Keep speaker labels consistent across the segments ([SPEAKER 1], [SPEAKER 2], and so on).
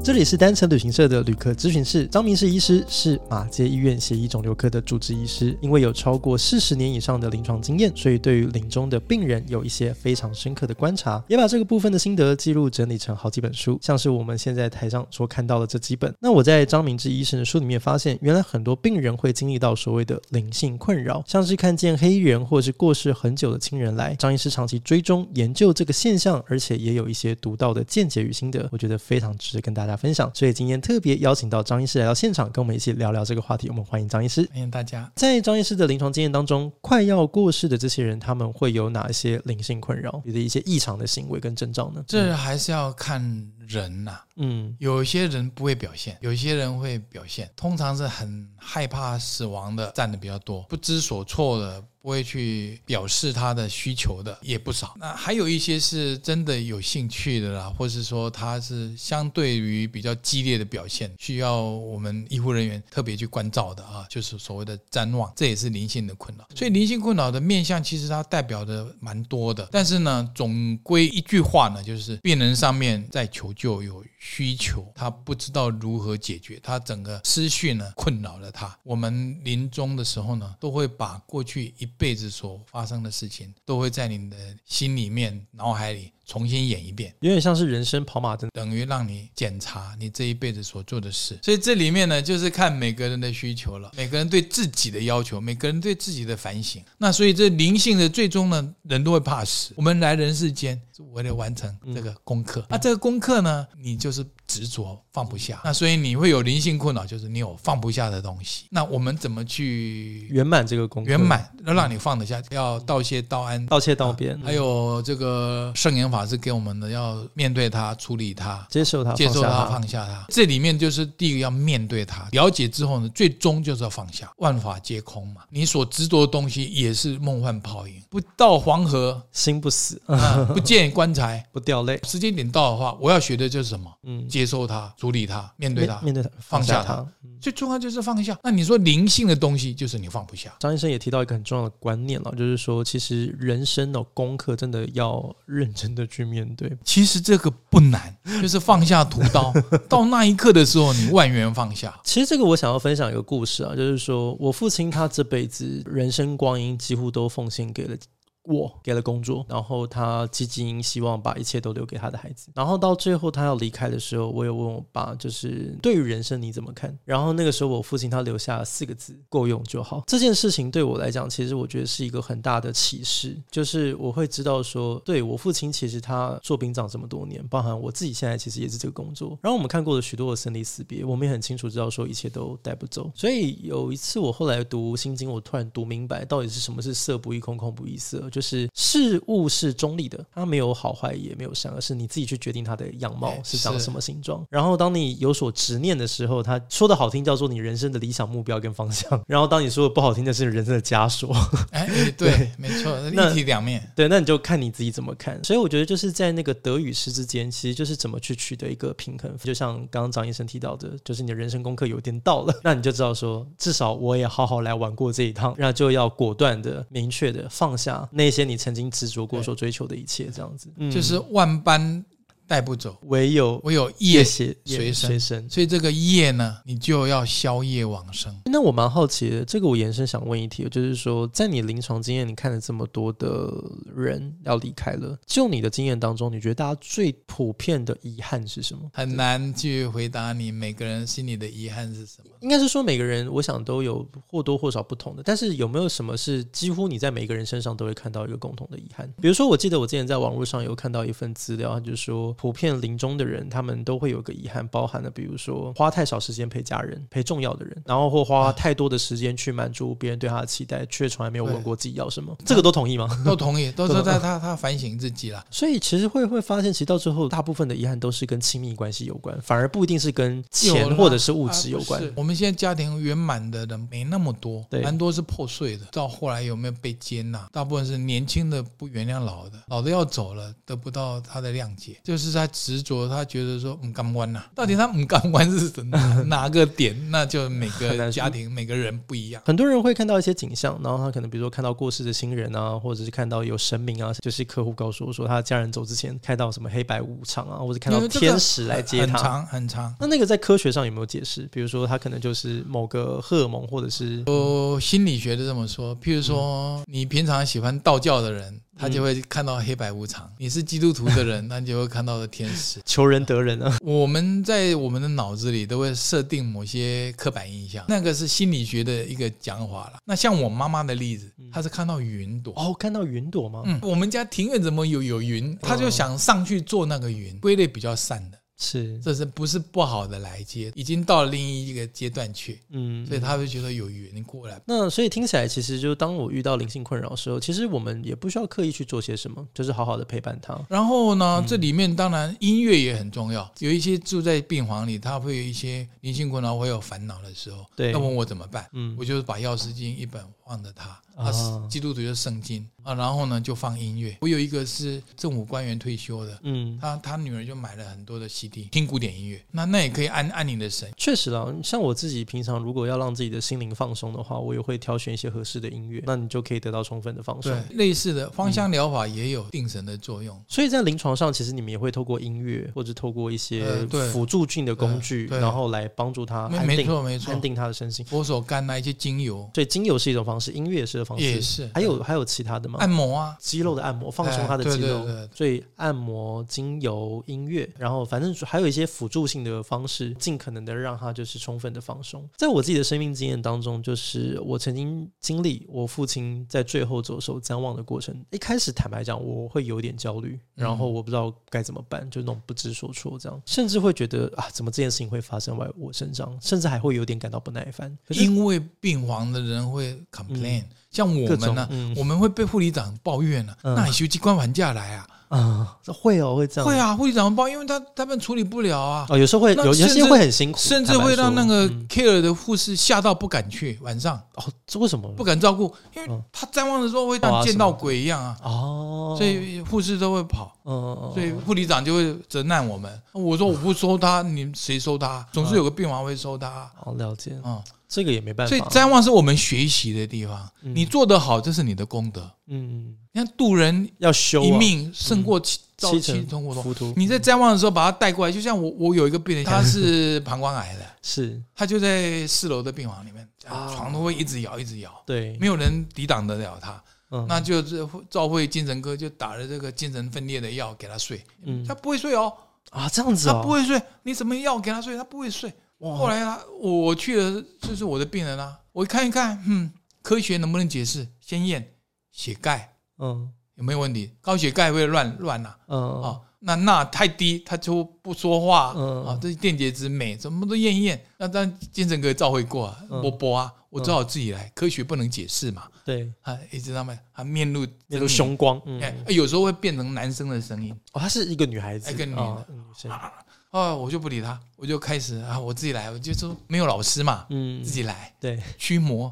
[SPEAKER 1] 这里是单程旅行社的旅客咨询室，张明是医师，是马街医院血液肿瘤科的主治医师。因为有超过四十年以上的临床经验，所以对于临终的病人有一些非常深刻的观察，也把这个部分的心得记录整理成好几本书，像是我们现在台上所看到的这几本。那我在张明志医生的书里面发现，原来很多病人会经历到所谓的灵性困扰，像是看见黑衣人或是过世很久的亲人来。张医师长期追踪研究这个现象，而且也有一些独到的见解与心得，我觉得非常值得跟大家分享。所以今天特别邀请到张医师来到现场，跟我们一起聊聊这个话题。我们欢迎张医师。
[SPEAKER 2] 欢哎迎大家。
[SPEAKER 1] 在张医师的临床经验当中，快要过世的这些人，他们会有哪一些灵性困扰，你的一些异常的行为跟症状呢？
[SPEAKER 2] 这还是要看人呐、
[SPEAKER 1] 嗯，
[SPEAKER 2] 有一些人不会表现，有一些人会表现，通常是很害怕死亡的占的比较多，不知所措的。不会去表示他的需求的也不少，那还有一些是真的有兴趣的啦，或是说他是相对于比较激烈的表现，需要我们医护人员特别去关照的啊，就是所谓的瞻望，这也是灵性的困扰。所以灵性困扰的面向其实它代表的蛮多的，但是呢，总归一句话呢，就是病人上面在求救有需求，他不知道如何解决，他整个思绪呢困扰了他。我们临终的时候呢，都会把过去一辈子所发生的事情，都会在你的心里面、脑海里重新演一遍，
[SPEAKER 1] 有点像是人生跑马灯。
[SPEAKER 2] 等于让你检查你这一辈子所做的事。所以这里面呢，就是看每个人的需求了，每个人对自己的要求，每个人对自己的反省。那所以这灵性的最终呢，人都会怕死。我们来人世间是为了完成这个功
[SPEAKER 1] 嗯
[SPEAKER 2] 课，那这个功课呢，你就是执着放不下。那所以你会有灵性困扰，就是你有放不下的东西。那我们怎么去
[SPEAKER 1] 圆满这个功课，
[SPEAKER 2] 圆满，要让你放得下，要道谢、道安、
[SPEAKER 1] 道歉道别，
[SPEAKER 2] 还有这个圣严法师给我们的，要面对它、处理它、
[SPEAKER 1] 接受他，
[SPEAKER 2] 接受
[SPEAKER 1] 啊放下
[SPEAKER 2] 它、放下它。这里面就是第一个要面对它，了解之后呢，最终就是要放下，万法皆空嘛。你所执着的东西也是梦幻泡影，不到黄河
[SPEAKER 1] 心不死，
[SPEAKER 2] 啊，不见棺材。
[SPEAKER 1] 不掉泪。
[SPEAKER 2] 时间点到的话，我要学的就是什么？
[SPEAKER 1] 嗯，
[SPEAKER 2] 接受它、处理它、面对它。
[SPEAKER 1] 面对他，
[SPEAKER 2] 放下
[SPEAKER 1] 他。
[SPEAKER 2] 最重要就是放下。那你说灵性的东西，就是你放不下。
[SPEAKER 1] 张医生也提到一个很重要的观念了，就是说，其实人生的功课真的要认真的去面对。
[SPEAKER 2] 其实这个 不难，就是放下屠刀，到那一刻的时候，你万元放下。
[SPEAKER 1] 其实这个我想要分享一个故事啊，就是说我父亲他这辈子人生光阴几乎都奉献给了。我给了工作，然后他积极希望把一切都留给他的孩子。然后到最后他要离开的时候，我有问我爸，就是对于人生你怎么看？然后那个时候我父亲他留下了四个字：够用就好。这件事情对我来讲，其实我觉得是一个很大的启示，就是我会知道说，对我父亲其实他做兵长这么多年，包含我自己现在其实也是这个工作。然后我们看过了许多的生离死别，我们也很清楚知道说一切都带不走。所以有一次我后来读《心经》，我突然读明白到底是什么是色不异空，空不异色，就是事物是中立的，它没有好坏，也没有善恶，是你自己去决定它的样貌
[SPEAKER 2] 哎
[SPEAKER 1] 是长
[SPEAKER 2] 是
[SPEAKER 1] 什么形状。然后当你有所执念的时候，它说的好听叫做你人生的理想目标跟方向， 然后当你说的不好听的是人生的枷锁。
[SPEAKER 2] 哎，哎对，没错，
[SPEAKER 1] 那
[SPEAKER 2] 一体两面。
[SPEAKER 1] 对，那你就看你自己怎么看。所以我觉得就是在那个得与失之间，其实就是怎么去取得一个平衡。就像刚刚张医生提到的，就是你的人生功课有点到了， 那你就知道说，至少我也好好来玩过这一趟，那就要果断的、明确的放下那些你曾经执着过、
[SPEAKER 2] 对
[SPEAKER 1] 所追求的一切，这样子。嗯
[SPEAKER 2] 就是万般带不走，
[SPEAKER 1] 唯有
[SPEAKER 2] 唯有
[SPEAKER 1] 夜
[SPEAKER 2] 业。
[SPEAKER 1] 写
[SPEAKER 2] 随身
[SPEAKER 1] 随身。
[SPEAKER 2] 所以这个业呢，你就要消业往生。
[SPEAKER 1] 那我蛮好奇的，这个我延伸想问一题，就是说，在你临床经验，你看了这么多的人要离开了，就你的经验当中，你觉得大家最普遍的遗憾是什么？
[SPEAKER 2] 很难去回答你每个人心里的遗憾是什么。
[SPEAKER 1] 应该是说每个人，我想都有或多或少不同的，但是有没有什么是几乎你在每个人身上都会看到一个共同的遗憾？比如说，我记得我之前在网络上有看到一份资料，它就是说普遍临终的人，他们都会有个遗憾，包含了比如说花太少时间陪家人、陪重要的人，然后或花太多的时间去满足别人对他的期待，却从来没有问过自己要什么。这个都同意吗？
[SPEAKER 2] 都同意，都
[SPEAKER 1] 都
[SPEAKER 2] 是
[SPEAKER 1] 同
[SPEAKER 2] 在他他反省自己啦。
[SPEAKER 1] 所以其实会会发现，其实到最后，大部分的遗憾都是跟亲密关系有关，反而不一定是跟
[SPEAKER 2] 有啦
[SPEAKER 1] 钱或者是物质
[SPEAKER 2] 啊
[SPEAKER 1] 有
[SPEAKER 2] 不
[SPEAKER 1] 关。
[SPEAKER 2] 是我们现在家庭圆满的人没那么多，
[SPEAKER 1] 对
[SPEAKER 2] 蛮多是破碎的。到后来有没有被接纳？大部分是年轻的不原谅老的，老的要走了，得不到他的谅解，就是是他执着，他觉得说唔干弯呐，到底他唔干弯是 什么哪个点？那就每
[SPEAKER 1] 很难说
[SPEAKER 2] 个家庭每个人不一样。
[SPEAKER 1] 很多人会看到一些景象，然后他可能比如说看到过世的亲人啊，或者是看到有神明啊，就是客户告诉我说他家人走之前看到什么黑白无常啊，或者看
[SPEAKER 2] 因
[SPEAKER 1] 到
[SPEAKER 2] 嗯为这个
[SPEAKER 1] 天使来接
[SPEAKER 2] 很
[SPEAKER 1] 他。
[SPEAKER 2] 长很长。
[SPEAKER 1] 那那个在科学上有没有解释？比如说他可能就是某个荷尔蒙，或者是
[SPEAKER 2] 我心理学的这么说，譬如
[SPEAKER 1] 嗯
[SPEAKER 2] 说，你平常喜欢道教的人，他就会看到黑白
[SPEAKER 1] 嗯
[SPEAKER 2] 无常；你是基督徒 的人，那你就会看到的天使。
[SPEAKER 1] 求人得人啊。
[SPEAKER 2] 我们在我们的脑子里都会设定某些刻板印象，那个是心理学的一个讲法了。那像我妈妈的例子，她是看到云朵。
[SPEAKER 1] 嗯哦，看到云朵吗？
[SPEAKER 2] 嗯，我们家庭院怎么有有云，她就想上去做那个云，归类比较善的，
[SPEAKER 1] 是，
[SPEAKER 2] 这是不是不好的来接？已经到了另一个阶段去，
[SPEAKER 1] 嗯，
[SPEAKER 2] 所以她会觉得有云过来。
[SPEAKER 1] 那所以听起来，其实就当我遇到灵性困扰的时候，其实我们也不需要刻意去做些什么，就是好好的陪伴他。
[SPEAKER 2] 然后呢，
[SPEAKER 1] 嗯
[SPEAKER 2] 这里面当然音乐也很重要。有一些住在病房里，他会有一些灵性困扰，会有烦恼的时候，
[SPEAKER 1] 对
[SPEAKER 2] 要问我怎么办，
[SPEAKER 1] 嗯啊
[SPEAKER 2] 我就是把《药师经》一本放着他，他是基督徒就圣经啊，然后呢就放音乐。我有一个是政府官员退休的，
[SPEAKER 1] 嗯，
[SPEAKER 2] 他他女儿就买了很多的 CD 听古典音乐，那那也可以安安你的神。
[SPEAKER 1] 确实啦，像我自己平常如果要让自己的心灵放松的话，我也会挑选一些合适的音乐，那你就可以得到充分的放松
[SPEAKER 2] 对。，类似的芳香疗法也有定神的作用。
[SPEAKER 1] 所以在临床上，其实你们也会透过音乐或者透过一些
[SPEAKER 2] 呃对
[SPEAKER 1] 辅助性的工具，
[SPEAKER 2] 对对
[SPEAKER 1] 然后来帮助他
[SPEAKER 2] 没
[SPEAKER 1] 嗯安
[SPEAKER 2] 没
[SPEAKER 1] 定、
[SPEAKER 2] 错没错
[SPEAKER 1] 安，定他的身心。
[SPEAKER 2] 佛手柑啊那一些精油
[SPEAKER 1] 所以精油是一种方式，音乐也哦是一种方
[SPEAKER 2] 也
[SPEAKER 1] 式，
[SPEAKER 2] 是，
[SPEAKER 1] 还有还有其他的吗？
[SPEAKER 2] 按摩啊，
[SPEAKER 1] 肌肉的按摩，放松他的
[SPEAKER 2] 哎
[SPEAKER 1] 肌
[SPEAKER 2] 对
[SPEAKER 1] 肉，
[SPEAKER 2] 对对对
[SPEAKER 1] 所以按摩、精油、音乐，然后反正还有一些辅助性的方式，尽可能的让他就是充分的放松。在我自己的生命经验当中，就是我曾经经历我父亲在最后走手瞻望的过程。一开始坦白讲，我会有点焦虑，
[SPEAKER 2] 嗯
[SPEAKER 1] 然后我不知道该怎么办，就那种不知所措，这样，甚至会觉得啊，怎么这件事情会发生在我身上，甚至还会有点感到不耐烦。可是嗯
[SPEAKER 2] 因为病房的人会 complain，、像我
[SPEAKER 1] 各
[SPEAKER 2] 们
[SPEAKER 1] 种
[SPEAKER 2] 呢、
[SPEAKER 1] 嗯
[SPEAKER 2] 我们会被护理长抱怨呢、
[SPEAKER 1] 嗯
[SPEAKER 2] 那你休息关完假来啊？
[SPEAKER 1] 啊，会哦，会这样，
[SPEAKER 2] 会啊，护理长抱怨，因为他他们处理不了啊，
[SPEAKER 1] 哦，有时候会有
[SPEAKER 2] 那
[SPEAKER 1] 有
[SPEAKER 2] 甚
[SPEAKER 1] 些
[SPEAKER 2] 至
[SPEAKER 1] 会很辛苦，
[SPEAKER 2] 甚至
[SPEAKER 1] 坦白
[SPEAKER 2] 会让
[SPEAKER 1] 说
[SPEAKER 2] 那个
[SPEAKER 1] 嗯
[SPEAKER 2] care 的护士吓到不敢去，晚上
[SPEAKER 1] 哦，这为什么
[SPEAKER 2] 不敢照顾，因为
[SPEAKER 1] 嗯
[SPEAKER 2] 他瞻望的时候会
[SPEAKER 1] 哇
[SPEAKER 2] 像见到
[SPEAKER 1] 什么
[SPEAKER 2] 鬼一样啊，
[SPEAKER 1] 哦，
[SPEAKER 2] 所以护士都会跑。
[SPEAKER 1] 嗯，
[SPEAKER 2] 所以护理长就会责难我们。我说我不收他，你谁收他？总是有个病房会收他啊。
[SPEAKER 1] 好嗯了解，
[SPEAKER 2] 嗯
[SPEAKER 1] 这个也没办法，
[SPEAKER 2] 所以瞻望是我们学习的地方。
[SPEAKER 1] 嗯
[SPEAKER 2] 你做得好，这是你的功德。
[SPEAKER 1] 嗯
[SPEAKER 2] 你看渡人
[SPEAKER 1] 要修
[SPEAKER 2] 一
[SPEAKER 1] 啊
[SPEAKER 2] 命胜过七造
[SPEAKER 1] 七
[SPEAKER 2] 嗯七
[SPEAKER 1] 成
[SPEAKER 2] 通过多。
[SPEAKER 1] 浮屠，
[SPEAKER 2] 你在瞻望的时候把他带过来，就像我我有一个病人， 他是膀胱癌的，
[SPEAKER 1] 是
[SPEAKER 2] 他就在四楼的病房里面，
[SPEAKER 1] 啊
[SPEAKER 2] 床都会一直摇一直摇，
[SPEAKER 1] 对
[SPEAKER 2] 没，有人抵挡得了他。
[SPEAKER 1] 嗯
[SPEAKER 2] 那就是赵会精神科就打了这个精神分裂的药给他睡，
[SPEAKER 1] 嗯
[SPEAKER 2] 他不会睡哦，
[SPEAKER 1] 啊这样子
[SPEAKER 2] 他
[SPEAKER 1] 啊，
[SPEAKER 2] 不会睡，你什么药给他睡，他不会睡。后
[SPEAKER 1] 哇，
[SPEAKER 2] 来他我我去了，就是我的病人啊，我看一看，嗯，科学能不能解释？先验血钙
[SPEAKER 1] 嗯
[SPEAKER 2] 有没有问题？高血钙会乱乱啊，
[SPEAKER 1] 嗯
[SPEAKER 2] 啊，那钠太低，他就不说话、
[SPEAKER 1] 嗯
[SPEAKER 2] 啊。这是电解质酶，什么都验一验。那但精神科照会过啊，
[SPEAKER 1] 嗯
[SPEAKER 2] 波波啊，我只好自己来，科学不能解释嘛。
[SPEAKER 1] 对，
[SPEAKER 2] 啊，一直他们啊，面露
[SPEAKER 1] 那个
[SPEAKER 2] 狰狞，
[SPEAKER 1] 凶光，嗯，
[SPEAKER 2] 哎、有时候会变成男生的声音
[SPEAKER 1] 哦，她是一个女孩子，
[SPEAKER 2] 一个女的
[SPEAKER 1] 啊女生，
[SPEAKER 2] 啊，我就不理他，我就开始啊，我自己来，我就说没有老师嘛，
[SPEAKER 1] 嗯
[SPEAKER 2] 自，己来
[SPEAKER 1] 对，
[SPEAKER 2] 驱魔，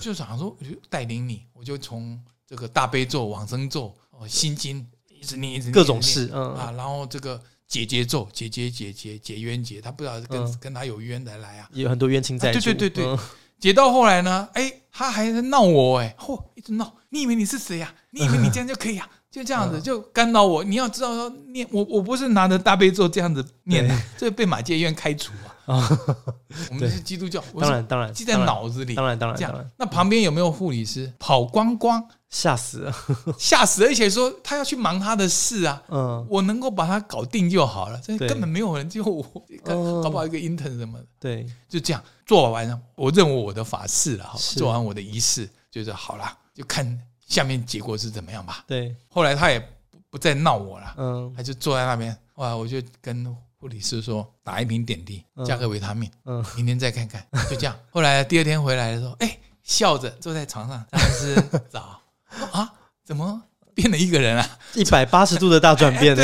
[SPEAKER 2] 就想说我就带领你，我就从这个大悲咒、往生咒、哦心经一直念一直念
[SPEAKER 1] 各种
[SPEAKER 2] 一直念
[SPEAKER 1] 事，嗯，
[SPEAKER 2] 啊，然后这个解结咒、解结解结解冤结，他不知道跟、
[SPEAKER 1] 嗯
[SPEAKER 2] 跟他有冤的来啊。
[SPEAKER 1] 有很多冤亲债
[SPEAKER 2] 啊
[SPEAKER 1] 主，
[SPEAKER 2] 对对对对
[SPEAKER 1] 嗯，
[SPEAKER 2] 解到后来呢，哎，他还在闹我，哎，嚯、一直闹，你以为你是谁呀、你以为你这样就可以 啊？就这样子
[SPEAKER 1] 嗯
[SPEAKER 2] 就干扰我，你要知道说念我我不是拿着大悲咒这样子念的，这被马戒院开除 啊。 我们是基督教，
[SPEAKER 1] 哦
[SPEAKER 2] 我
[SPEAKER 1] 当
[SPEAKER 2] 是
[SPEAKER 1] 然当然，
[SPEAKER 2] 记在
[SPEAKER 1] 当然，
[SPEAKER 2] 脑子里。
[SPEAKER 1] 当然当然
[SPEAKER 2] 这
[SPEAKER 1] 当然
[SPEAKER 2] 样，，那旁边有没有护理师跑光光，
[SPEAKER 1] 吓死了，
[SPEAKER 2] 吓死了！而且说他要去忙他的事啊，
[SPEAKER 1] 嗯，
[SPEAKER 2] 我能够把它搞定就好了，这
[SPEAKER 1] 对
[SPEAKER 2] 根本没有人就我，
[SPEAKER 1] 哦
[SPEAKER 2] 搞搞不好一个 intern 什么的，
[SPEAKER 1] 对，
[SPEAKER 2] 就这样做完了，我认为我的法事了哈，
[SPEAKER 1] 是
[SPEAKER 2] 做完我的仪式，就是好啦，就看下面结果是怎么样吧。
[SPEAKER 1] 对，
[SPEAKER 2] 后来他也不不再闹我了，
[SPEAKER 1] 嗯
[SPEAKER 2] 他就坐在那边，哇，我就跟护理师说打一瓶点滴，
[SPEAKER 1] 嗯
[SPEAKER 2] 加个维他命，
[SPEAKER 1] 嗯，
[SPEAKER 2] 明天再看看，就这样。后来第二天 回来的时候，哎，笑着坐在床上，但是早，我说啊，怎么变了一个人啊。
[SPEAKER 1] 一百八十度的大转 变呢、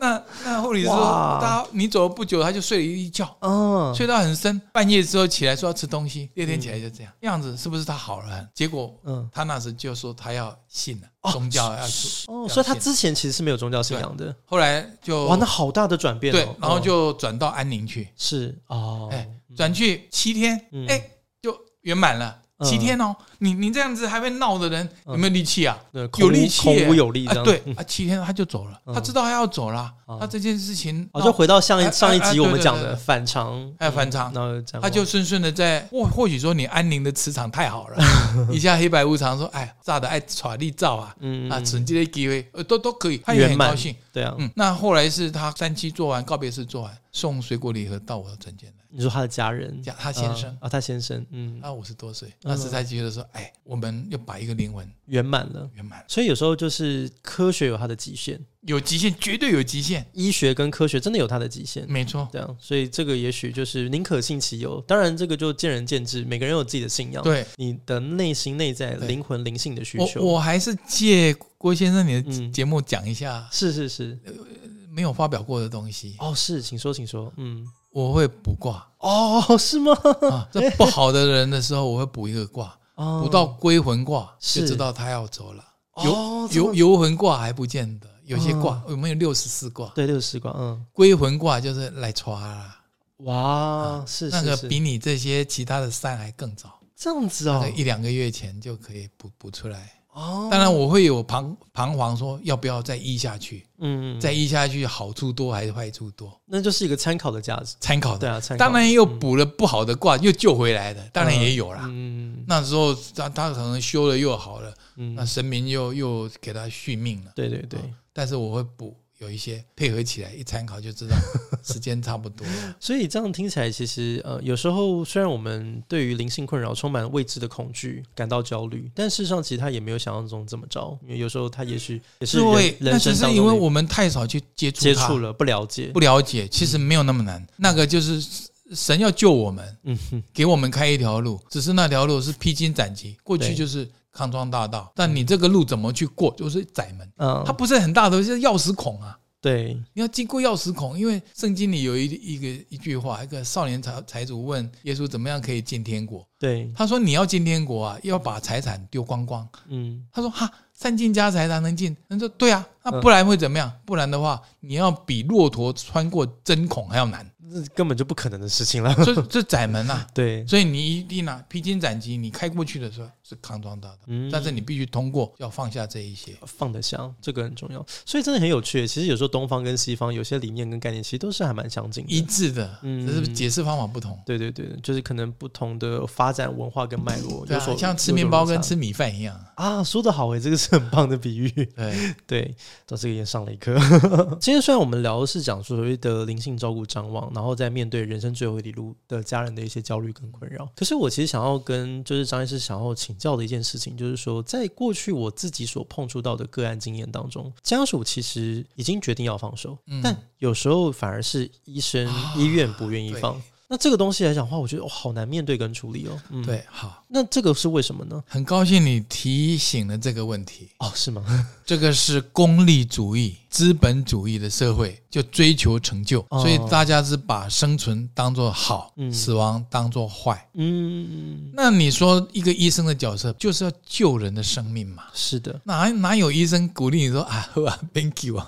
[SPEAKER 2] 那那护理师
[SPEAKER 1] 哇
[SPEAKER 2] 说，他你走了不久，他就睡了一觉，
[SPEAKER 1] 嗯，
[SPEAKER 2] 睡到很深，半夜之后起来说要吃东西，第二天起来就这样，样子是不是他好了很？结果
[SPEAKER 1] 嗯，
[SPEAKER 2] 他那时就说他要信了，宗教要信，
[SPEAKER 1] 哦，
[SPEAKER 2] 要
[SPEAKER 1] 所以他
[SPEAKER 2] 信
[SPEAKER 1] 之前其实是没有宗教信仰的，
[SPEAKER 2] 后来就
[SPEAKER 1] 哇，那好大的转变、哦，
[SPEAKER 2] 对，然后
[SPEAKER 1] 哦、
[SPEAKER 2] 就转到安宁去，
[SPEAKER 1] 是哦，
[SPEAKER 2] 哎，转去七天
[SPEAKER 1] 嗯，
[SPEAKER 2] 哎，就圆满了。
[SPEAKER 1] 嗯
[SPEAKER 2] 七天哦，你你这样子还会闹的人
[SPEAKER 1] 嗯
[SPEAKER 2] 有没有力气啊？
[SPEAKER 1] 对空
[SPEAKER 2] 有
[SPEAKER 1] 无
[SPEAKER 2] 力气耶
[SPEAKER 1] 孔武有力这
[SPEAKER 2] 啊，
[SPEAKER 1] 样，
[SPEAKER 2] 对
[SPEAKER 1] 嗯
[SPEAKER 2] 啊，七天他就走了，
[SPEAKER 1] 嗯
[SPEAKER 2] 他知道他要走了
[SPEAKER 1] 哦，
[SPEAKER 2] 他这件事情
[SPEAKER 1] 哦，就回到上一
[SPEAKER 2] 啊
[SPEAKER 1] 上一
[SPEAKER 2] 啊啊
[SPEAKER 1] 集我们
[SPEAKER 2] 对对
[SPEAKER 1] 讲
[SPEAKER 2] 对
[SPEAKER 1] 的
[SPEAKER 2] 对
[SPEAKER 1] 反常，嗯
[SPEAKER 2] 哎反常
[SPEAKER 1] 然后这样
[SPEAKER 2] 他就顺顺的在或或许说你安宁的磁场太好 了，一下黑白无常说哎，炸的爱耍力造啊
[SPEAKER 1] 嗯
[SPEAKER 2] 啊，
[SPEAKER 1] 嗯
[SPEAKER 2] 趁这些机会呃都都可以，他也
[SPEAKER 1] 圆
[SPEAKER 2] 很
[SPEAKER 1] 满
[SPEAKER 2] 高兴。
[SPEAKER 1] 对啊，
[SPEAKER 2] 嗯，那后来是他三期做完告别式做完，送水果礼盒到我的诊间来，
[SPEAKER 1] 你说他的家人，
[SPEAKER 2] 讲他先生
[SPEAKER 1] 啊，啊他先生，嗯，
[SPEAKER 2] 啊，五十多岁，那时才觉得说，哎，我们要把一个灵魂
[SPEAKER 1] 圆满了。
[SPEAKER 2] 圆满了，
[SPEAKER 1] 所以有时候就是科学有它的极限，
[SPEAKER 2] 有极限，绝对有极限，
[SPEAKER 1] 医学跟科学真的有它的极限。
[SPEAKER 2] 没错，
[SPEAKER 1] 这样，所以这个也许就是宁可信其有，当然这个就见仁见智，每个人有自己的信仰，
[SPEAKER 2] 对。
[SPEAKER 1] 你的内心内在
[SPEAKER 2] 对
[SPEAKER 1] 灵魂灵性的嗯需
[SPEAKER 2] 我
[SPEAKER 1] 求。
[SPEAKER 2] 我还是借郭先生你的
[SPEAKER 1] 嗯
[SPEAKER 2] 节目讲一下
[SPEAKER 1] 是是是，
[SPEAKER 2] 没有发表过的东西，
[SPEAKER 1] 哦是，请说，请说，嗯，
[SPEAKER 2] 我会卜卦
[SPEAKER 1] 哦是吗？
[SPEAKER 2] 啊，这不好的人的时候，我会卜一个卦，
[SPEAKER 1] 哦，
[SPEAKER 2] 卜到归魂卦就是知道他要走了。
[SPEAKER 1] 哦这么哦
[SPEAKER 2] 游游魂卦还不见得，有些卦我们有六十四卦，
[SPEAKER 1] 对六十光，嗯，
[SPEAKER 2] 归魂卦就是来抓啦，
[SPEAKER 1] 哇，啊是
[SPEAKER 2] 那
[SPEAKER 1] 是
[SPEAKER 2] 个
[SPEAKER 1] 是，
[SPEAKER 2] 比你这些其他的善还更早，
[SPEAKER 1] 这样子
[SPEAKER 2] 大
[SPEAKER 1] 哦
[SPEAKER 2] 概，一两个月前就可以补补出来。
[SPEAKER 1] 哦，
[SPEAKER 2] 当然我会有彷彷徨，说要不要再医下去，
[SPEAKER 1] 嗯，
[SPEAKER 2] 再医下去好处多还是坏处多？
[SPEAKER 1] 那就是一个参考的价值，
[SPEAKER 2] 参考
[SPEAKER 1] 对
[SPEAKER 2] 的，
[SPEAKER 1] 啊，参考
[SPEAKER 2] 当然也有补了不好的卦又救回来的，当然也有啦。
[SPEAKER 1] 嗯
[SPEAKER 2] 那时候他他可能修了又好了，
[SPEAKER 1] 嗯，
[SPEAKER 2] 那神明又又给他续命了。
[SPEAKER 1] 对对对，
[SPEAKER 2] 但是我会补有一些配合起来，一参考就知道 时间差不多了。
[SPEAKER 1] 所以这样听起来，其实呃，有时候虽然我们对于灵性困扰充满未知的恐惧，感到焦虑，但事实上其实它也没有想象中这么糟，因为有时候它也许也是人
[SPEAKER 2] 慧，那
[SPEAKER 1] 人
[SPEAKER 2] 只
[SPEAKER 1] 生
[SPEAKER 2] 嗯是
[SPEAKER 1] 当
[SPEAKER 2] 因为
[SPEAKER 1] 中的
[SPEAKER 2] 我们太少去接触
[SPEAKER 1] 接
[SPEAKER 2] 它
[SPEAKER 1] 触了不了解
[SPEAKER 2] 不，了解，其实没有那么难。那个就是神要救我们，
[SPEAKER 1] 嗯哼，
[SPEAKER 2] 给我们开一条路，只是那条路是披荆斩棘，过去
[SPEAKER 1] 对
[SPEAKER 2] 就是康庄大道，但你这个路怎么去过，就是窄门。
[SPEAKER 1] 嗯，
[SPEAKER 2] 它不是很大的，就是钥匙孔啊！
[SPEAKER 1] 对，
[SPEAKER 2] 你要经过钥匙孔，因为圣经里有一一个一句话，一个少年财财主问耶稣怎么样可以进天国，
[SPEAKER 1] 对，
[SPEAKER 2] 他说你要进天国啊，要把财产丢光光。
[SPEAKER 1] 嗯，
[SPEAKER 2] 他说哈，散尽家财才能进。他说对啊，那不然会怎么样？不然的话，你要比骆驼穿过针孔还 要难，
[SPEAKER 1] 这根本就不可能的事情了，
[SPEAKER 2] 这这窄门啊。
[SPEAKER 1] 对，
[SPEAKER 2] 所以你一定啊，披荆斩棘，你开过去的时候是康庄大道，
[SPEAKER 1] 嗯，
[SPEAKER 2] 但是你必须通过，要放下这一些。
[SPEAKER 1] 放得下，这个很重要，所以真的很有趣。其实有时候东方跟西方有些理念跟概念，其实都是还蛮相近
[SPEAKER 2] 一
[SPEAKER 1] 的。
[SPEAKER 2] 致的，
[SPEAKER 1] 嗯
[SPEAKER 2] 只是解释方法不同。
[SPEAKER 1] 对对对，就是可能不同的发展文化跟脉络，
[SPEAKER 2] 对
[SPEAKER 1] 有
[SPEAKER 2] 啊，
[SPEAKER 1] 所
[SPEAKER 2] 像吃
[SPEAKER 1] 有所
[SPEAKER 2] 面包
[SPEAKER 1] 落
[SPEAKER 2] 跟
[SPEAKER 1] 差
[SPEAKER 2] 吃米饭一样。
[SPEAKER 1] 啊，说得好诶，这个是很棒的比喻。
[SPEAKER 2] 对，
[SPEAKER 1] 对，到这个也上了一 课。今天虽然我们聊的是讲说所谓的灵性照顾张望，然后在面对人生最后一里路的家人的一些焦虑跟困扰，可是我其实想要跟就是张医师想要请教的一件事情，就是说在过去我自己所碰触到的个案经验当中，家属其实已经决定要放手，
[SPEAKER 2] 嗯
[SPEAKER 1] 但有时候反而是医生、
[SPEAKER 2] 啊
[SPEAKER 1] 医院不愿意
[SPEAKER 2] 对
[SPEAKER 1] 放。那这个东西来讲的话，我觉得我、哦好难面对跟处理哦。嗯，，
[SPEAKER 2] 对，好，
[SPEAKER 1] 那这个是为什么呢？
[SPEAKER 2] 很高兴你提醒了这个问题。
[SPEAKER 1] 哦，是吗？
[SPEAKER 2] 这个是功利主义、资本主义的社会，就追求成就，
[SPEAKER 1] 哦
[SPEAKER 2] 所以大家是把生存当做好，
[SPEAKER 1] 嗯
[SPEAKER 2] 死亡当做坏。
[SPEAKER 1] 嗯，
[SPEAKER 2] 那你说一个医生的角色就是要救人的生命嘛？
[SPEAKER 1] 是的，
[SPEAKER 2] 哪哪有医生鼓励你说啊 好啊，thank you 啊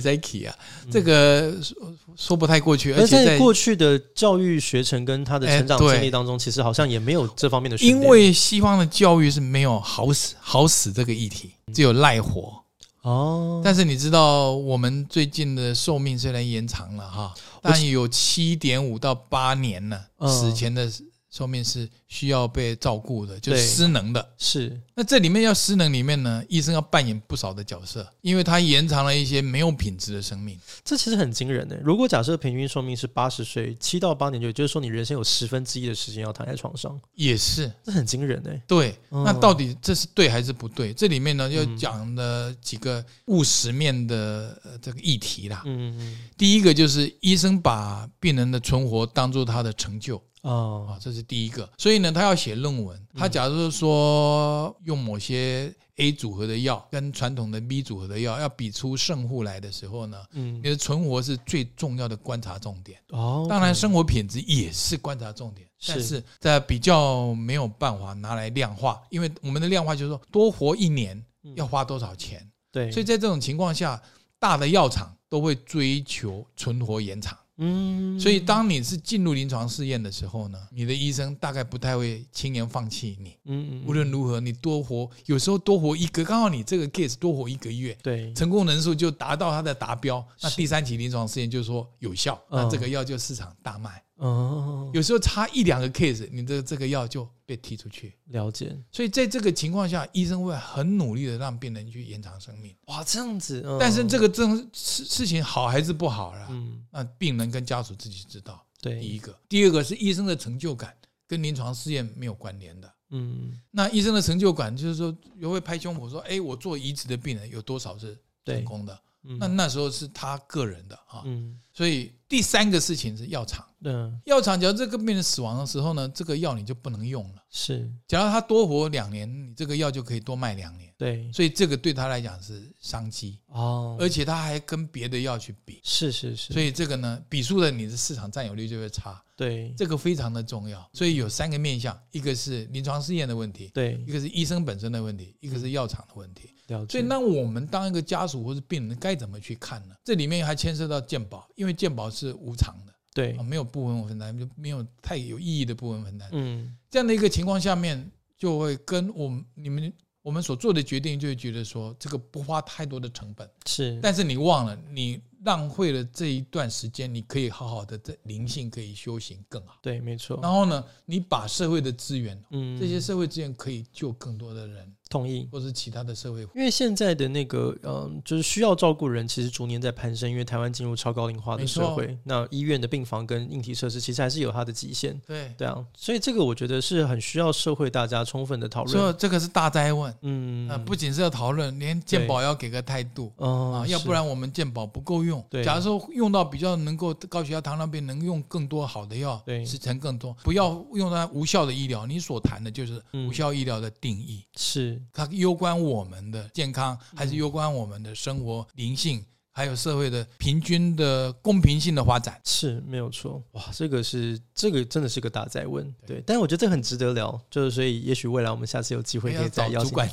[SPEAKER 2] ，thank you 啊？这个说说不太过去，而
[SPEAKER 1] 而
[SPEAKER 2] 且
[SPEAKER 1] 在
[SPEAKER 2] 在
[SPEAKER 1] 嗯过去的教育学程跟他的成长
[SPEAKER 2] 哎对
[SPEAKER 1] 经历当中，其实好像也没有这方面的训
[SPEAKER 2] 因
[SPEAKER 1] 练。
[SPEAKER 2] 为西方的教育是没有好死好死这个议题，
[SPEAKER 1] 嗯
[SPEAKER 2] 只有赖活。
[SPEAKER 1] 哦，
[SPEAKER 2] 嗯但是你知道，我们最近的寿命虽然延长了哈，
[SPEAKER 1] 我
[SPEAKER 2] 但有七点五到八年了，
[SPEAKER 1] 嗯
[SPEAKER 2] 死前的寿命是需要被照顾的，就
[SPEAKER 1] 对
[SPEAKER 2] 是失能的。
[SPEAKER 1] 是
[SPEAKER 2] 那这里面要失能里面呢，医生要扮演不少的角色，因为他延长了一些没有品质的生命。
[SPEAKER 1] 这其实很惊人的。欸如果假设平均寿命是八十岁，七到八年，就也就是说你人生有十分之一的时间要躺在床上，
[SPEAKER 2] 也是
[SPEAKER 1] 这很惊人哎。
[SPEAKER 2] 对，
[SPEAKER 1] 嗯
[SPEAKER 2] 那到底这是对还是不对？这里面呢，要讲的几个务实面的呃这个议题啦。
[SPEAKER 1] 嗯，
[SPEAKER 2] 第一个就是医生把病人的存活当做他的成就，
[SPEAKER 1] 啊
[SPEAKER 2] 啊，这是第一个。所以呢，他要写论文，
[SPEAKER 1] 嗯
[SPEAKER 2] 他假如说用某些 A 组合的药跟传统的 B 组合的药要比出胜负来的时候呢，
[SPEAKER 1] 嗯
[SPEAKER 2] 你的存活是最重要的观察重点。
[SPEAKER 1] 哦，
[SPEAKER 2] 当然，生活品质也是观察重点，
[SPEAKER 1] 是
[SPEAKER 2] 但是在比较没有办法拿来量化，因为我们的量化就是说多活一年
[SPEAKER 1] 嗯
[SPEAKER 2] 要花多少钱，
[SPEAKER 1] 对，
[SPEAKER 2] 所以在这种情况下，大的药厂都会追求存活延长。
[SPEAKER 1] 嗯，
[SPEAKER 2] 所以，当你是进入临床试验的时候呢，你的医生大概不太会轻言放弃你。
[SPEAKER 1] 嗯嗯
[SPEAKER 2] 无论如何，你多活，有时候多活一个，刚好你这个 case 多活一个月，
[SPEAKER 1] 对
[SPEAKER 2] 成功人数就达到它的达标。那
[SPEAKER 1] 是
[SPEAKER 2] 第三期临床试验就说有效，
[SPEAKER 1] 嗯
[SPEAKER 2] 那这个药就市场大卖。
[SPEAKER 1] 哦，
[SPEAKER 2] 有时候差一两个 case，你的这个药就被踢出去。
[SPEAKER 1] 了解
[SPEAKER 2] 所以在这个情况下，医生会很努力的让病人去延长生命。
[SPEAKER 1] 哇，这样子，嗯
[SPEAKER 2] 但是这个这种事事情好还是不好啦，
[SPEAKER 1] 嗯
[SPEAKER 2] 那病人跟家属自己知道。第
[SPEAKER 1] 对
[SPEAKER 2] 一个，第二个是医生的成就感，跟临床试验没有关联的。
[SPEAKER 1] 嗯
[SPEAKER 2] 那医生的成就感就是说，也会拍胸脯说：“哎，我做移植的病人有多少是成
[SPEAKER 1] 对
[SPEAKER 2] 功的？”
[SPEAKER 1] 嗯
[SPEAKER 2] 那那时候是他个人的啊。
[SPEAKER 1] 嗯
[SPEAKER 2] 所以第三个事情是药厂，
[SPEAKER 1] 嗯
[SPEAKER 2] 药厂假如这个病人死亡的时候呢，这个药你就不能用了。
[SPEAKER 1] 是
[SPEAKER 2] 假如他多活两年，你这个药就可以多卖两年，
[SPEAKER 1] 对
[SPEAKER 2] 所以这个对他来讲是商机，
[SPEAKER 1] 嗯哦，
[SPEAKER 2] 而且他还跟别的药去比，
[SPEAKER 1] 是是是，
[SPEAKER 2] 所
[SPEAKER 1] 以
[SPEAKER 2] 以这个呢，比输了你的市场占有率就会差。
[SPEAKER 1] 对
[SPEAKER 2] 这个非常的重要。所以有三个面向，一个是临床试验的问题，
[SPEAKER 1] 对
[SPEAKER 2] 一个是医生本身的问题，一个是药厂的问题。
[SPEAKER 1] 了解，
[SPEAKER 2] 所以，那我们当一个家属或是病人该怎么去看呢？这里面还牵涉到健保，因为健保是无偿的，
[SPEAKER 1] 对
[SPEAKER 2] 啊，没有部分分担，就没有太有意义的部分分担。
[SPEAKER 1] 嗯
[SPEAKER 2] 这样的一个情况下面，就会跟我们你们。我们所做的决定就会觉得说，这个不花太多的成本，
[SPEAKER 1] 是
[SPEAKER 2] 但是你忘了，你浪费了这一段时间，你可以好好的在灵性可以修行更好。
[SPEAKER 1] 对没错，
[SPEAKER 2] 然后呢，你把社会的资源，
[SPEAKER 1] 嗯
[SPEAKER 2] 这些社会资源可以救更多的人，
[SPEAKER 1] 同意。
[SPEAKER 2] 或是其他的社会。
[SPEAKER 1] 因为现在的那个，嗯，就是需要照顾人，其实逐年在攀升。因为台湾进入超高龄化的
[SPEAKER 2] 没
[SPEAKER 1] 社
[SPEAKER 2] 错
[SPEAKER 1] 会，那医院的病房跟硬体设施其实还是有它的极限。
[SPEAKER 2] 对，
[SPEAKER 1] 对啊，所以这个我觉得是很需要社会大家充分的讨
[SPEAKER 2] 所以
[SPEAKER 1] 论。
[SPEAKER 2] 这个是大灾问。
[SPEAKER 1] 嗯，
[SPEAKER 2] 啊，不仅是要讨论，连健保要给个态度
[SPEAKER 1] 哦
[SPEAKER 2] 啊，要不然我们健保不够用。
[SPEAKER 1] 对
[SPEAKER 2] 假如说用到比较能够高血压、糖尿病能用更多好的药，
[SPEAKER 1] 对
[SPEAKER 2] 时程更多，不要用到无效的医疗。你所谈的就是
[SPEAKER 1] 嗯
[SPEAKER 2] 无效医疗的定义，
[SPEAKER 1] 是
[SPEAKER 2] 它攸关我们的健康，还是攸关我们的生活灵性，还有社会的平均的公平性的发展。
[SPEAKER 1] 是没有错，哇，这个是这个真的是个大在问，对，但我觉得这个很值得聊，就是所以也许未来我们下次有机会可以
[SPEAKER 2] 要
[SPEAKER 1] 再
[SPEAKER 2] 找
[SPEAKER 1] 邀
[SPEAKER 2] 主
[SPEAKER 1] 请
[SPEAKER 2] 管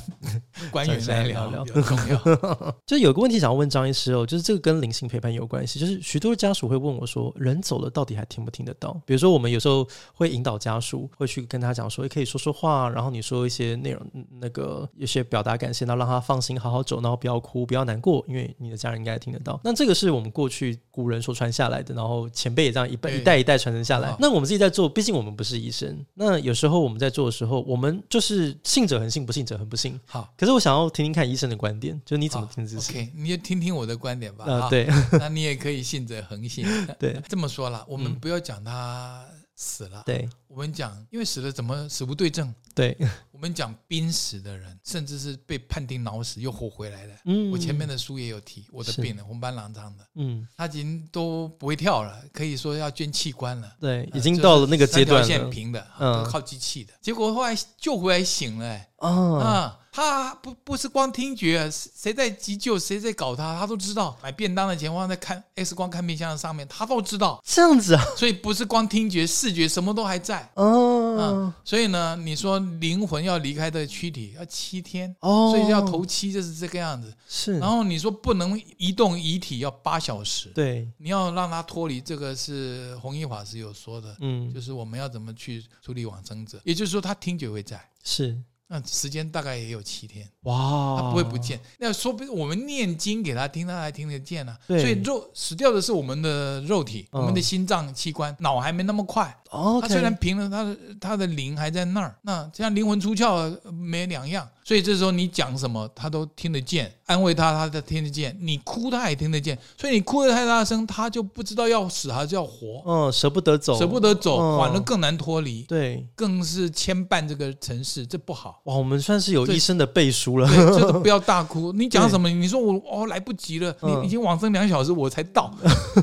[SPEAKER 2] 官员来聊
[SPEAKER 1] 找
[SPEAKER 2] 聊，
[SPEAKER 1] 一
[SPEAKER 2] 比较重要。
[SPEAKER 1] 就有个问题想要问张医师哦，就是这个跟灵性陪伴有关系，就是许多家属会问我说，人走了到底还听不听得到？比如说我们有时候会引导家属，会去跟他讲说，诶哎可以说说话，然后你说一些内容，嗯那个一些表达感谢，然后让他放心，好好走，然后不要哭，不要难过，因为你的家人应该听得到。那这个是我们过去古人所传下来的，然后前辈也这样一辈
[SPEAKER 2] 对
[SPEAKER 1] 一代一代传承下来
[SPEAKER 2] 好。
[SPEAKER 1] 那我们自己在做，毕竟我们不是医生，那有时候我们在做的时候，我们就是信者恒信，不信者恒不信。
[SPEAKER 2] 好，
[SPEAKER 1] 可是我想要听听看医生的观点，就是你怎么
[SPEAKER 2] 好
[SPEAKER 1] 听这些？
[SPEAKER 2] OK，你就听听我的观点吧。
[SPEAKER 1] 呃，
[SPEAKER 2] 啊，
[SPEAKER 1] 对
[SPEAKER 2] 那你也可以信者恒信。
[SPEAKER 1] 对
[SPEAKER 2] 这么说啦，我们
[SPEAKER 1] 嗯
[SPEAKER 2] 不要讲他死了，
[SPEAKER 1] 对
[SPEAKER 2] 我们讲，因为死了怎么死无对证，
[SPEAKER 1] 对，
[SPEAKER 2] 我们讲濒死的人，甚至是被判定脑死又活回来的。
[SPEAKER 1] 嗯
[SPEAKER 2] 我前面的书也有提，我的
[SPEAKER 1] 是
[SPEAKER 2] 病人红斑狼疮的，
[SPEAKER 1] 嗯，
[SPEAKER 2] 他已经都不会跳了，可以说要捐器官了。
[SPEAKER 1] 对，
[SPEAKER 2] 呃
[SPEAKER 1] 已经到了那个阶段
[SPEAKER 2] 就是三条线
[SPEAKER 1] 了，
[SPEAKER 2] 平的，
[SPEAKER 1] 嗯
[SPEAKER 2] 都靠机器的。结果后来救回来醒了、哎
[SPEAKER 1] 啊，
[SPEAKER 2] 啊，他不不是光听觉，是谁在急救，谁在搞他，他都知道。买便当的钱放在看 X 光看冰箱的上面，他都 知道。
[SPEAKER 1] 这样子啊，
[SPEAKER 2] 所以不是光听觉、视觉，什么都还在。
[SPEAKER 1] 哦
[SPEAKER 2] 啊，所以呢，你说灵魂要离开的躯体要七天，
[SPEAKER 1] 哦，
[SPEAKER 2] 所以要头七就是这个样子。
[SPEAKER 1] 是，
[SPEAKER 2] 然后你说不能移动遗体要八小时，
[SPEAKER 1] 对，
[SPEAKER 2] 你要让他脱离，这个是弘一法师有说的，
[SPEAKER 1] 嗯
[SPEAKER 2] 就，是我们要怎么去处理往生者，也就是说他听觉会在，
[SPEAKER 1] 是
[SPEAKER 2] 那时间大概也有七天。
[SPEAKER 1] 哇，
[SPEAKER 2] 他不会不，见。
[SPEAKER 1] 哦
[SPEAKER 2] 那说不定我们念经给他听，他还听得见啊。
[SPEAKER 1] 对
[SPEAKER 2] 所以肉死掉的是我们的肉体，
[SPEAKER 1] 嗯
[SPEAKER 2] 我们的心脏器官，脑还没那么快。
[SPEAKER 1] 哦，
[SPEAKER 2] 他虽然平了，他的他的灵还在那儿。那这样灵魂出窍呃没两样。所以这时候你讲什么，他都听得见，安慰他，他都听得见；你哭，他也听得见。所以你哭得太大声，他就不知道要死还是要活，
[SPEAKER 1] 嗯，舍不得走，
[SPEAKER 2] 舍不得走，
[SPEAKER 1] 嗯
[SPEAKER 2] 反而更难脱离，
[SPEAKER 1] 对，
[SPEAKER 2] 更是牵绊这个城市，这不好。
[SPEAKER 1] 哇，我们算是有
[SPEAKER 2] 对
[SPEAKER 1] 医生的背书了
[SPEAKER 2] 对，，这个不要大哭。你讲什么？你说我哦来不及了，
[SPEAKER 1] 嗯
[SPEAKER 2] 你已经往生两小时我才 到，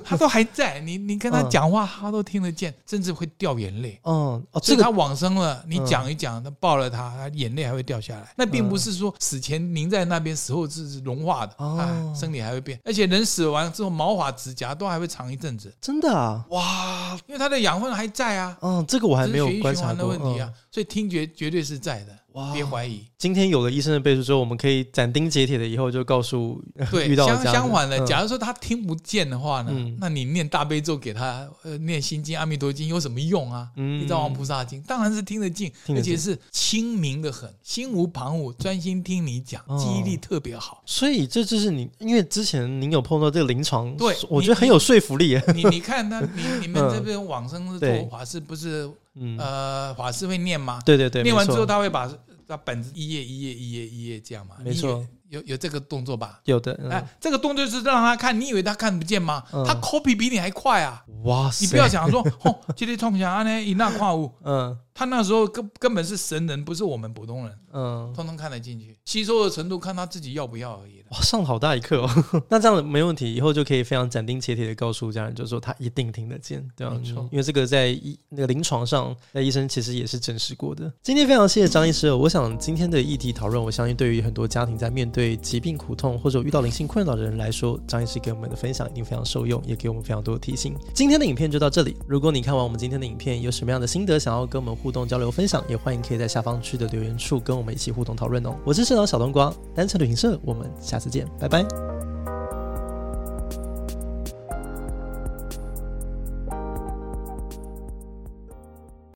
[SPEAKER 2] 他都还在。你你跟他
[SPEAKER 1] 嗯
[SPEAKER 2] 讲话，他都听得见，甚至会掉眼泪。
[SPEAKER 1] 嗯，哦，
[SPEAKER 2] 所
[SPEAKER 1] 这
[SPEAKER 2] 以
[SPEAKER 1] 个
[SPEAKER 2] 他往生了，你
[SPEAKER 1] 嗯
[SPEAKER 2] 讲一讲，他抱了他，他眼泪还会掉下来。那并不是说死前凝在那边，死后是融化的，
[SPEAKER 1] 哦
[SPEAKER 2] 啊，生理还会变。而且人死完之后，毛发、指甲都还会长一阵子。
[SPEAKER 1] 真的啊，
[SPEAKER 2] 哇，因为他的养分还在啊，
[SPEAKER 1] 嗯，这个我还
[SPEAKER 2] 只
[SPEAKER 1] 没
[SPEAKER 2] 是
[SPEAKER 1] 有
[SPEAKER 2] 血液
[SPEAKER 1] 观
[SPEAKER 2] 循
[SPEAKER 1] 察
[SPEAKER 2] 环的
[SPEAKER 1] 过
[SPEAKER 2] 问题
[SPEAKER 1] 嗯。
[SPEAKER 2] 啊
[SPEAKER 1] 哦
[SPEAKER 2] 所以听觉绝对是在的，
[SPEAKER 1] 哇
[SPEAKER 2] 别怀疑。
[SPEAKER 1] 今天有了医生的背书之后，我们可以斩钉截铁的以后就告诉遇
[SPEAKER 2] 对，
[SPEAKER 1] 到了
[SPEAKER 2] 相
[SPEAKER 1] 这样
[SPEAKER 2] 相
[SPEAKER 1] 的
[SPEAKER 2] 反的，
[SPEAKER 1] 嗯
[SPEAKER 2] 假如说他听不见的话呢，
[SPEAKER 1] 嗯
[SPEAKER 2] 那你念大悲咒给他，呃，念心经、阿弥陀经有什么用啊？
[SPEAKER 1] 嗯
[SPEAKER 2] 地藏王菩萨经当然是听得进，
[SPEAKER 1] 听得
[SPEAKER 2] 而且
[SPEAKER 1] 进
[SPEAKER 2] 是清明的很，心无旁骛，专心听你讲，
[SPEAKER 1] 哦
[SPEAKER 2] 记忆力特 别好。
[SPEAKER 1] 所以这就是你，因为之前您有碰到这个临床，
[SPEAKER 2] 对
[SPEAKER 1] 我
[SPEAKER 2] 你
[SPEAKER 1] 觉得很有说服 力耶。
[SPEAKER 2] 你你看那你你们
[SPEAKER 1] 嗯
[SPEAKER 2] 这边往生是
[SPEAKER 1] 对
[SPEAKER 2] 做法师不是
[SPEAKER 1] 嗯，
[SPEAKER 2] 呃法师会念吗？
[SPEAKER 1] 对对对，
[SPEAKER 2] 念完
[SPEAKER 1] 没
[SPEAKER 2] 之
[SPEAKER 1] 错
[SPEAKER 2] 后他会把把本子一页一页一页一页这样嘛？
[SPEAKER 1] 没错
[SPEAKER 2] 你有，有有这个动作吧？
[SPEAKER 1] 有的，嗯
[SPEAKER 2] 哎，这个动作是让他看，你以为他看不见吗？
[SPEAKER 1] 嗯
[SPEAKER 2] 他 copy 比你还快啊！
[SPEAKER 1] 哇塞，
[SPEAKER 2] 你不要想说， 哦，今天冲下安呢，一那跨物，
[SPEAKER 1] 嗯
[SPEAKER 2] 他那时候根根本是神人，不是我们普通人，
[SPEAKER 1] 嗯，
[SPEAKER 2] 通通看得进去，吸收的程度看他自己要不要而已了。
[SPEAKER 1] 哇，上了好大一课哦。 那这样没问题，以后就可以非常斩钉截铁的告诉家人，就是说他一定听得见，对吧、
[SPEAKER 2] 没错
[SPEAKER 1] 因为这个在医那个临床上，在医生其实也是证实过的。今天非常谢谢张医师哦，我想今天的议题讨论，我相信对于很多家庭在面对疾病苦痛或者遇到灵性困扰的人来说，张医师给我们的分享一定非常受用，也给我们非常多的提醒。今天的影片就到这里，如果你看完我们今天的影片，有什么样的心得想要跟我们互动交流分享，也欢迎可以在下方区的留言处跟我们一起互动讨论哦。我是社长小冬瓜，单程旅行社，我们下次见，拜拜。